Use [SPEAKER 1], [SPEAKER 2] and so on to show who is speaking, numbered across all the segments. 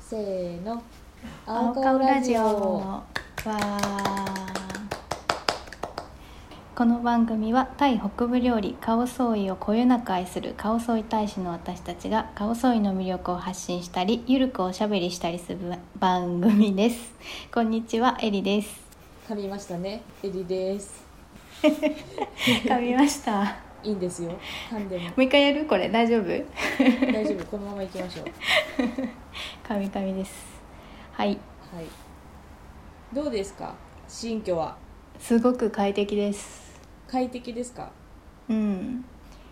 [SPEAKER 1] せーの
[SPEAKER 2] 青顔ラジオわーこの番組はタイ北部料理カオソーイをこよなく愛するカオソーイ大使の私たちがカオソーイの魅力を発信したりゆるくおしゃべりしたりする番組ですこんにちはエリです
[SPEAKER 1] 噛みましたねエリです
[SPEAKER 2] 噛みました
[SPEAKER 1] いいんですよ噛んで も
[SPEAKER 2] もう一回やるこれ大丈夫
[SPEAKER 1] 大丈夫このまま行きましょう
[SPEAKER 2] 噛み噛 みですはい
[SPEAKER 1] はいどうですか新居は
[SPEAKER 2] すごく快適です
[SPEAKER 1] 快適ですか
[SPEAKER 2] うん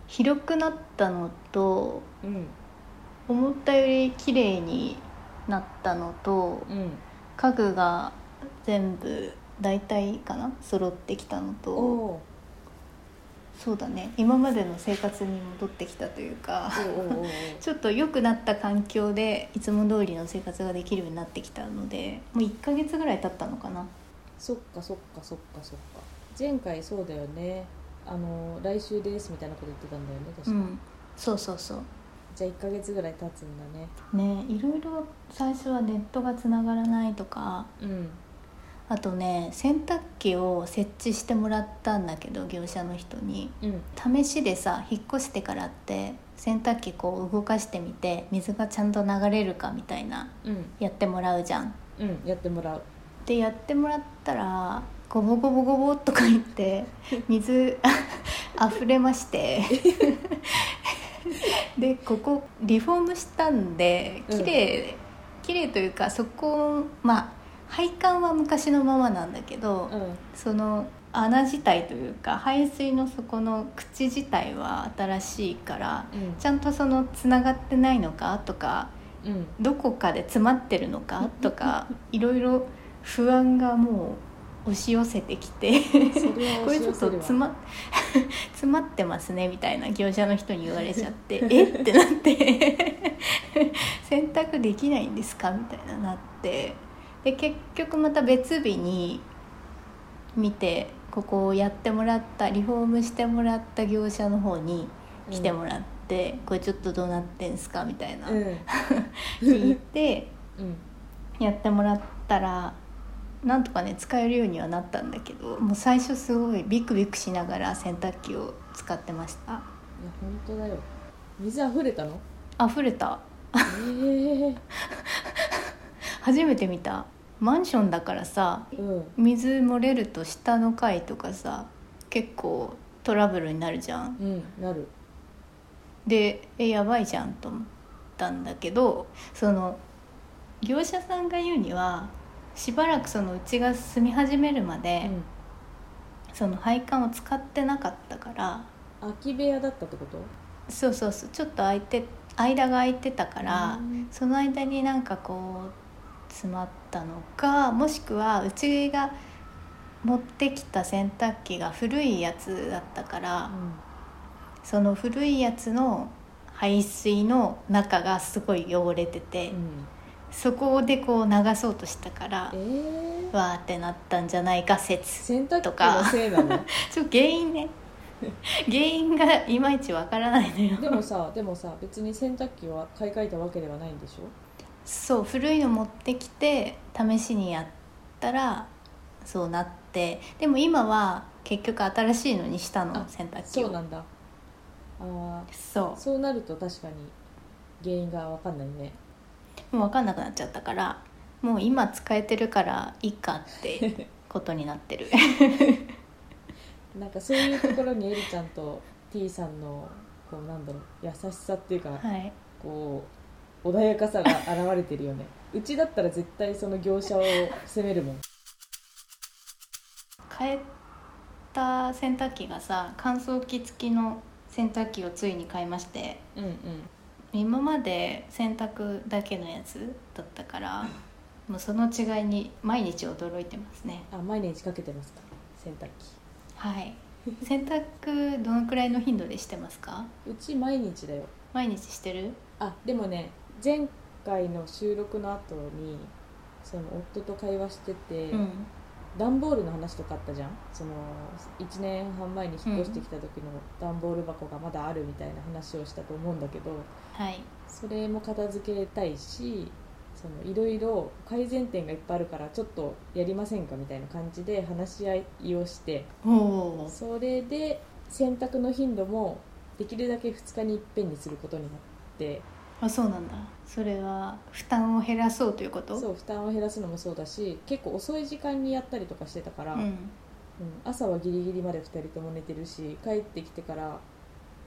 [SPEAKER 2] 広くなったのと
[SPEAKER 1] うん
[SPEAKER 2] 思ったより綺麗になったのと
[SPEAKER 1] うん
[SPEAKER 2] 家具が全部大体かな揃ってきたの
[SPEAKER 1] お
[SPEAKER 2] と
[SPEAKER 1] お
[SPEAKER 2] そうだね今までの生活に戻ってきたというか
[SPEAKER 1] ーおーおーおーおー
[SPEAKER 2] ちょっと良くなった環境でいつも通りの生活ができるようになってきたのでもう1ヶ月ぐらい経ったのかな
[SPEAKER 1] そっかそっかそっかそっか前回そうだよねあの来週ですみたいなこと言ってたんだよね確か、
[SPEAKER 2] うんそうそうそう
[SPEAKER 1] じゃあ1ヶ月ぐらい経つんだね
[SPEAKER 2] ねいろいろ最初はネットがつながらないとか
[SPEAKER 1] うん
[SPEAKER 2] あとね洗濯機を設置してもらったんだけど業者の人に
[SPEAKER 1] うん
[SPEAKER 2] 試しでさ引っ越してからって洗濯機こう動かしてみて水がちゃんと流れるかみたいな
[SPEAKER 1] うん
[SPEAKER 2] やってもらうじゃん。
[SPEAKER 1] うんやってもらう
[SPEAKER 2] でやってもらったらゴボゴボゴボとか言って水溢れましてでここリフォームしたんで綺麗、綺麗というかそこまあ配管は昔のままなんだけど、
[SPEAKER 1] うん
[SPEAKER 2] その穴自体というか排水の底の口自体は新しいから
[SPEAKER 1] うん
[SPEAKER 2] ちゃんとそのつながってないのかとか
[SPEAKER 1] うん
[SPEAKER 2] どこかで詰まってるのかとかいろいろ不安がもう押し寄せてきて
[SPEAKER 1] それは
[SPEAKER 2] これちょっと詰ま 詰まってますねみたいな業者の人に言われちゃって えってなって 洗濯できないんですかみたいななってで結局また別日に見てここをやってもらったリフォームしてもらった業者の方に来てもらって、これちょっとどうなってんすかみたいな、
[SPEAKER 1] うんうん
[SPEAKER 2] 聞いて
[SPEAKER 1] うん
[SPEAKER 2] やってもらったらなんとかね使えるようにはなったんだけどもう最初すごいビクビクしながら洗濯機を使ってました
[SPEAKER 1] いや本当だよ水溢れたの
[SPEAKER 2] 溢れた
[SPEAKER 1] ええ
[SPEAKER 2] 初めて見たマンションだからさ
[SPEAKER 1] うん
[SPEAKER 2] 水漏れると下の階とかさ結構トラブルになるじゃん
[SPEAKER 1] うんなる
[SPEAKER 2] でえやばいじゃんと思ったんだけどその業者さんが言うにはしばらくそのうちが住み始めるまで、
[SPEAKER 1] うん
[SPEAKER 2] その配管を使ってなかったから
[SPEAKER 1] 空き部屋だったってこと
[SPEAKER 2] そうそうそうちょっと空いて間が空いてたから、
[SPEAKER 1] うん
[SPEAKER 2] その間になんかこう詰まったのかもしくはうちが持ってきた洗濯機が古いやつだったから、その古いやつの排水の中がすごい汚れて
[SPEAKER 1] う
[SPEAKER 2] て、
[SPEAKER 1] ん
[SPEAKER 2] そこでこう流そうとしたから
[SPEAKER 1] ええ
[SPEAKER 2] わーってなったんじゃないか説。
[SPEAKER 1] 洗濯
[SPEAKER 2] と
[SPEAKER 1] 機の
[SPEAKER 2] か
[SPEAKER 1] せいなの
[SPEAKER 2] ちょ原因ね原因がいまいちわからないのよ
[SPEAKER 1] でもさでもさ別に洗濯機は買い替えたわけではないんでしょ
[SPEAKER 2] そう古いの持ってきて試しにやったらそうなってでも今は結局新しいのにした
[SPEAKER 1] あ
[SPEAKER 2] の洗濯機を
[SPEAKER 1] そうなんだあ
[SPEAKER 2] そ
[SPEAKER 1] あそうなると確かに原因が分かんないね
[SPEAKER 2] うもう分かんなくなっちゃったからもう今使えてるからいいか ってことになってる
[SPEAKER 1] なんかそういうところにエリちゃんと T さんのこうなんだろう優しさっていうか、
[SPEAKER 2] はい
[SPEAKER 1] こう穏やかさが現れてるよね うちだったら絶対その業者を責めるもん
[SPEAKER 2] 変えた洗濯機がさ乾燥機付きの洗濯機をついに買いまして
[SPEAKER 1] うんうん
[SPEAKER 2] 今まで洗濯だけのやつだっ たからもうその違いに毎日驚いてますね
[SPEAKER 1] あ毎日かけてますか洗濯機
[SPEAKER 2] はい洗濯どのくらいの頻度でしてますか
[SPEAKER 1] うち毎日だよ
[SPEAKER 2] 毎日してる
[SPEAKER 1] あでもね前回の収録の後にその夫と会話してて、
[SPEAKER 2] うん
[SPEAKER 1] 段ボールの話とかあったじゃんその1年半前に引っ越してきた時の段ボール箱がまだあるみたいな話をしたと思うんだけど、
[SPEAKER 2] はい
[SPEAKER 1] それも片付けたいしそのいろいろ改善点がいっぱいあるからちょっとやりませんかみたいな感じで話し合いをして
[SPEAKER 2] おー
[SPEAKER 1] それで洗濯の頻度もできるだけ2日にいっぺんにすることになって
[SPEAKER 2] あそうなんだそれは負担を減らそうということ
[SPEAKER 1] そう負担を減らすのもそうだし結構遅い時間にやったりとかしてたから、
[SPEAKER 2] う
[SPEAKER 1] うん
[SPEAKER 2] ん、
[SPEAKER 1] 朝はギリギリまで2人とも寝てるし帰ってきてから、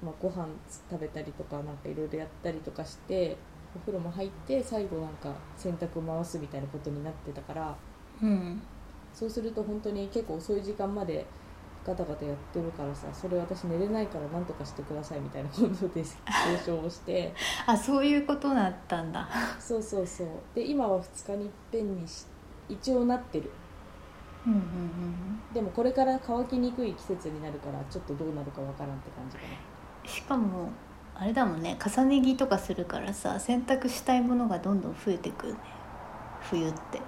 [SPEAKER 1] まあ、ご飯食べたりとかなんかいろいろやったりとかしてお風呂も入って最後なんか洗濯を回すみたいなことになってたから
[SPEAKER 2] うん、
[SPEAKER 1] そうすると本当に結構遅い時間までガタガタやってるからさそれ私寝れないからなんとかしてくださいみたいなことで交渉をして
[SPEAKER 2] あそういうことだったんだ
[SPEAKER 1] そうそうそうで今は2日にいっぺんにし一応なってる
[SPEAKER 2] うんうんうん
[SPEAKER 1] でもこれから乾きにくい季節になるからちょっとどうなるかわからんって感じかな
[SPEAKER 2] しかもあれだもんね重ね着とかするからさ洗濯したいものがどんどん増えてくよね冬って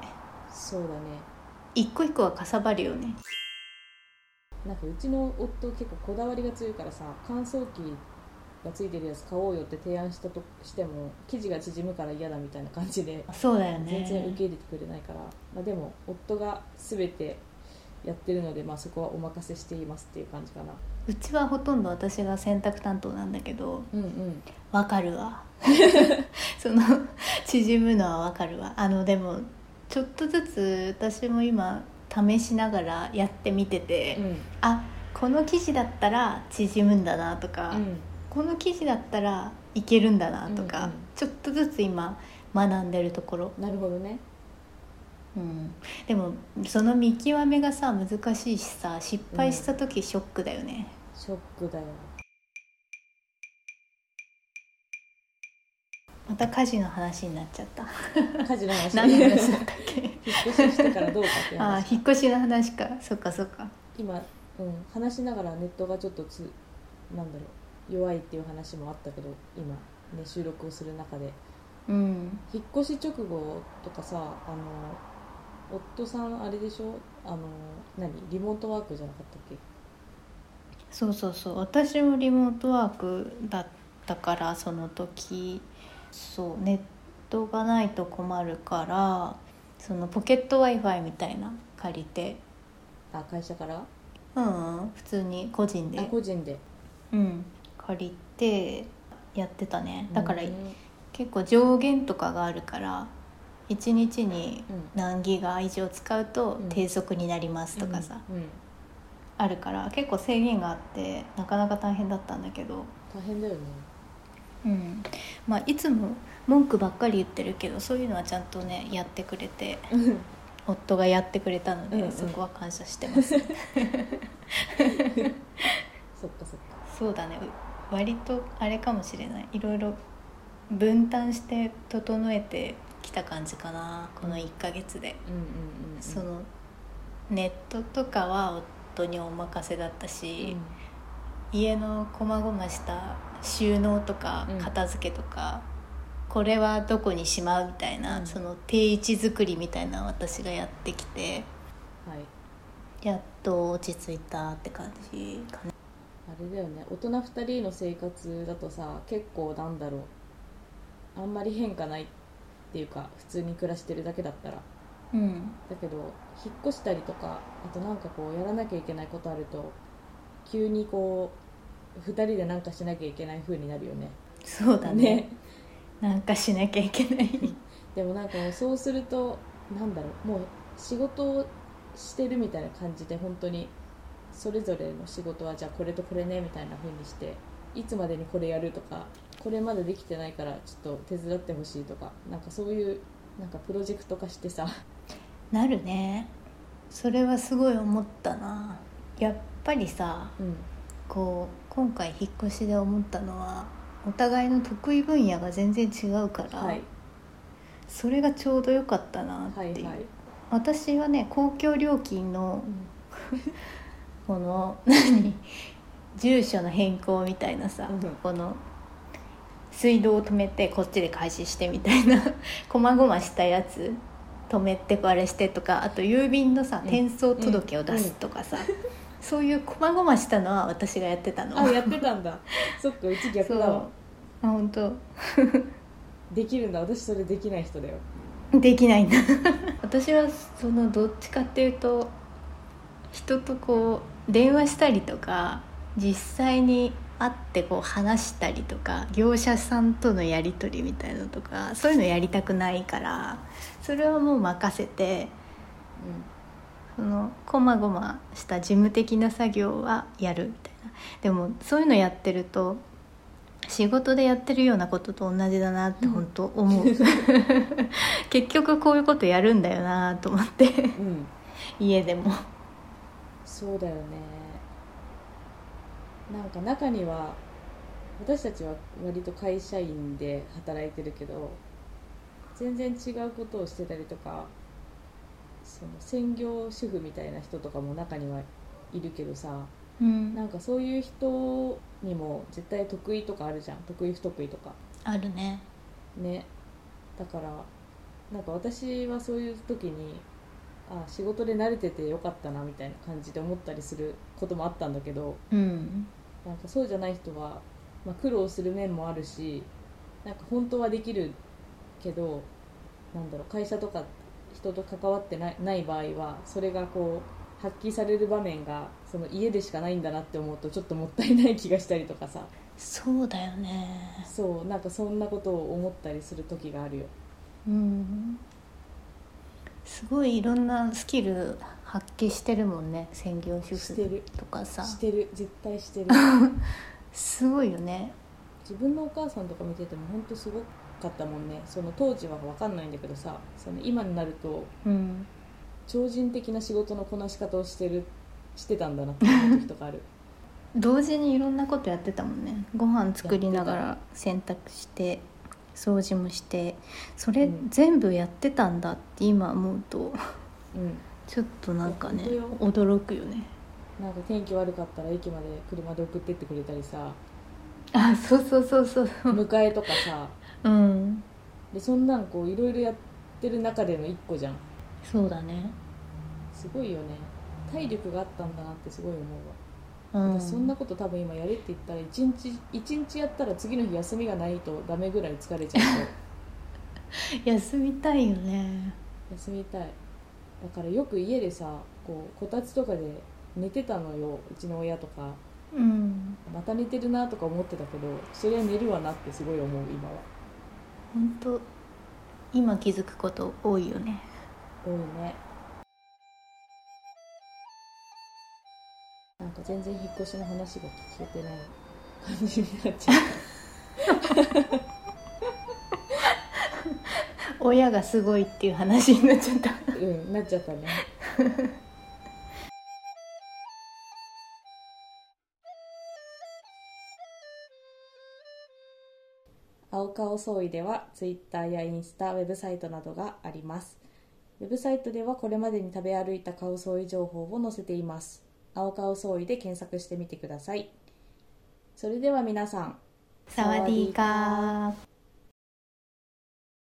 [SPEAKER 1] そうだね
[SPEAKER 2] 一個一個はかさばるよね
[SPEAKER 1] なんかうちの夫結構こだわりが強いからさ乾燥機がついてるやつ買おうよって提案したとしても生地が縮むから嫌だみたいな感じで
[SPEAKER 2] そうだよ
[SPEAKER 1] 全
[SPEAKER 2] ね
[SPEAKER 1] 然受け入れてくれないから、まあ、でも夫が全てやってるので、まあ、そこはお任せしていますっていう感じかな
[SPEAKER 2] うちはほとんど私が洗濯担当なんだけど
[SPEAKER 1] うんうん
[SPEAKER 2] わかるわ その縮むのはわかるわあのでもちょっとずつ私も今試しながらやってみてて、
[SPEAKER 1] うん
[SPEAKER 2] あこの生地だったら縮むんだなとか、この生地だったらいけるんだなとか、
[SPEAKER 1] うんうん
[SPEAKER 2] ちょっとずつ今学んでるところ、
[SPEAKER 1] なるほどね
[SPEAKER 2] うん、でもその見極めがさ難しいしさ失敗した時ショックだよね、
[SPEAKER 1] ショック だよ
[SPEAKER 2] また家事の話になっちゃった
[SPEAKER 1] 家事の話
[SPEAKER 2] 何の
[SPEAKER 1] 引
[SPEAKER 2] 話だ
[SPEAKER 1] っ
[SPEAKER 2] ったっけ
[SPEAKER 1] 越ししてからどうかっていう
[SPEAKER 2] ああ
[SPEAKER 1] 話
[SPEAKER 2] 引っ越しの話かそっかそっか
[SPEAKER 1] 今、うん、話しながらネットがちょっとつなんだろう弱いっていう話もあったけど今、ね、収録をする中で
[SPEAKER 2] うん
[SPEAKER 1] 引っ越し直後とかさあの夫さんあれでしょあの何リモートワークじゃなかったっけ
[SPEAKER 2] そうそうそう私もリモートワークだったからその時そうネットがないと困るからそのポケット w i f i みたいな借りて
[SPEAKER 1] あ会社から
[SPEAKER 2] うん、うん、普通に個人
[SPEAKER 1] あ
[SPEAKER 2] で、
[SPEAKER 1] 個人で
[SPEAKER 2] うん、借りてやってたねだから、
[SPEAKER 1] うん
[SPEAKER 2] 結構上限とかがあるから1日に
[SPEAKER 1] うん
[SPEAKER 2] 何ギガ以上使うと
[SPEAKER 1] うん
[SPEAKER 2] 低速になりますとかさ、
[SPEAKER 1] うんうん
[SPEAKER 2] あるから結構制限があってなかなか大変だったんだけど、
[SPEAKER 1] 大変だよね
[SPEAKER 2] うんまあ、いつも文句ばっかり言ってるけどそういうのはちゃんとねやってくれて夫がやってくれたので、
[SPEAKER 1] うんうん
[SPEAKER 2] そこは感謝し てます
[SPEAKER 1] そっかそっか
[SPEAKER 2] そうだね割とあれかもしれないいろいろ分担して整えてきた感じかなこの1ヶ月で、
[SPEAKER 1] うんうんうん
[SPEAKER 2] そのネットとかは夫にお任せだった
[SPEAKER 1] うん
[SPEAKER 2] し、家の細々した収納とか
[SPEAKER 1] うん
[SPEAKER 2] 片付けとか、これはどこにしまうみたいな、
[SPEAKER 1] うん
[SPEAKER 2] その定位置作りみたいなのを私がやってきて
[SPEAKER 1] はい
[SPEAKER 2] やっと落ち着いたって感じかね
[SPEAKER 1] あれだよね大人2人の生活だとさ結構なんだろうあんまり変化ないっていうか普通に暮らしてるだけだったら
[SPEAKER 2] うん
[SPEAKER 1] だけど引っ越したりとかあとなんかこうやらなきゃいけないことあると急にこう2人でなんかしなきゃいけない風になるよね
[SPEAKER 2] そうだね
[SPEAKER 1] ね
[SPEAKER 2] なんかしなきゃいけない
[SPEAKER 1] でもなんかもうそうするとなんだろうもう仕事をしてるみたいな感じで本当にそれぞれの仕事はじゃあこれとこれねみたいな風にしていつまでにこれやるとかこれまでできてないからちょっと手伝ってほしいとかなんかそういうなんかプロジェクト化してさ
[SPEAKER 2] なるねそれはすごい思ったなやっぱりさ
[SPEAKER 1] うん
[SPEAKER 2] こう今回引っ越しで思ったのはお互いの得意分野が全然違うから、
[SPEAKER 1] はい
[SPEAKER 2] それがちょうど良かったなって
[SPEAKER 1] はい
[SPEAKER 2] いう、
[SPEAKER 1] はい
[SPEAKER 2] 私はね公共料金の
[SPEAKER 1] うん
[SPEAKER 2] この何住所の変更みたいなさ、
[SPEAKER 1] うん
[SPEAKER 2] この水道を止めてこっちで開始してみたいな 細々したやつ止めてあれしてとかあと郵便のさ
[SPEAKER 1] うん
[SPEAKER 2] 転送届を出すとかさ、そういう細々したのは私がやってたの。
[SPEAKER 1] あやってたんだそっかうち逆だわ
[SPEAKER 2] そうあ本当
[SPEAKER 1] できるんだ私それできない人だよ
[SPEAKER 2] できないんだ 私はそのどっちかっていうと人とこう電話したりとか実際に会ってこう話したりとか業者さんとのやり取りみたいなのとかそういうのやりたくないからそれはもう任せてそのこまごました事務的な作業はやるみたいなでもそういうのやってると仕事でやってるようなことと同じだなって本当 思う、結局こういうことやるんだよなと思って
[SPEAKER 1] うん、うん、
[SPEAKER 2] 家でも
[SPEAKER 1] そうだよねなんか中には私たちは割と会社員で働いてるけど全然違うことをしてたりとかその専業主婦みたいな人とかも中にはいるけどさ
[SPEAKER 2] うん
[SPEAKER 1] なんかそういう人にも絶対得意とかあるじゃん得意不得意とか
[SPEAKER 2] あるね
[SPEAKER 1] ねだからなんか私はそういう時にあ仕事で慣れててよかったなみたいな感じで思ったりすることもあったんだけど
[SPEAKER 2] うん
[SPEAKER 1] なんかそうじゃない人は、まあ、苦労する面もあるしなんか本当はできるけどなんだろう会社とか人と関わってないない場合はそれがこう発揮される場面がその家でしかないんだなって思うとちょっともったいない気がしたりとかさ
[SPEAKER 2] そうだよね
[SPEAKER 1] そうなんかそんなことを思ったりする時があるよ。
[SPEAKER 2] うんすごいいろんなスキル発揮してるもんね専業主
[SPEAKER 1] して
[SPEAKER 2] 婦
[SPEAKER 1] る
[SPEAKER 2] とかさ
[SPEAKER 1] してる絶対してる
[SPEAKER 2] すごいよね
[SPEAKER 1] 自分のお母さんとか見てても本当すごかったもんねその当時は分かんないんだけどさその今になると
[SPEAKER 2] うん
[SPEAKER 1] 超人的な仕事のこなし方をしてるしてたんだなって思う時とかある
[SPEAKER 2] 同時にいろんなことやってたもんねご飯作りながら洗濯して掃除もしてそれ
[SPEAKER 1] うん
[SPEAKER 2] 全部やってたんだって今思うと
[SPEAKER 1] うん
[SPEAKER 2] ちょっとなんかね
[SPEAKER 1] いや本
[SPEAKER 2] 驚くよね
[SPEAKER 1] なんか天気悪かったら駅まで車で送ってってくれたりさ
[SPEAKER 2] あそうそうそうそう
[SPEAKER 1] 迎えとかさ
[SPEAKER 2] うん
[SPEAKER 1] でそんなんこういろいろやってる中での一個じゃん
[SPEAKER 2] そうだね
[SPEAKER 1] すごいよね体力があったんだなってすごい思うわ
[SPEAKER 2] うん
[SPEAKER 1] そんなこと多分今やれって言ったら一日一日やったら次の日休みがないとダメぐらい疲れちゃう と
[SPEAKER 2] 休みたいよね
[SPEAKER 1] 休みたいだからよく家でさこうこたつとかで寝てたのようちの親とか
[SPEAKER 2] うん
[SPEAKER 1] また寝てるなとか思ってたけどそりゃ寝るわなってすごい思う今は
[SPEAKER 2] 本当今気づくこと多いよね
[SPEAKER 1] 多いねなんか全然引っ越しの話が聞けてない感じになっちゃう
[SPEAKER 2] 親がすごいっていう話になっちゃ った
[SPEAKER 1] うんなっちゃったね青顔総意ではツイッターやインスタウェブサイトなどがありますウェブサイトではこれまでに食べ歩いた顔総意情報を載せています青顔総意で検索してみてくださいそれでは皆さん
[SPEAKER 2] サワディーカー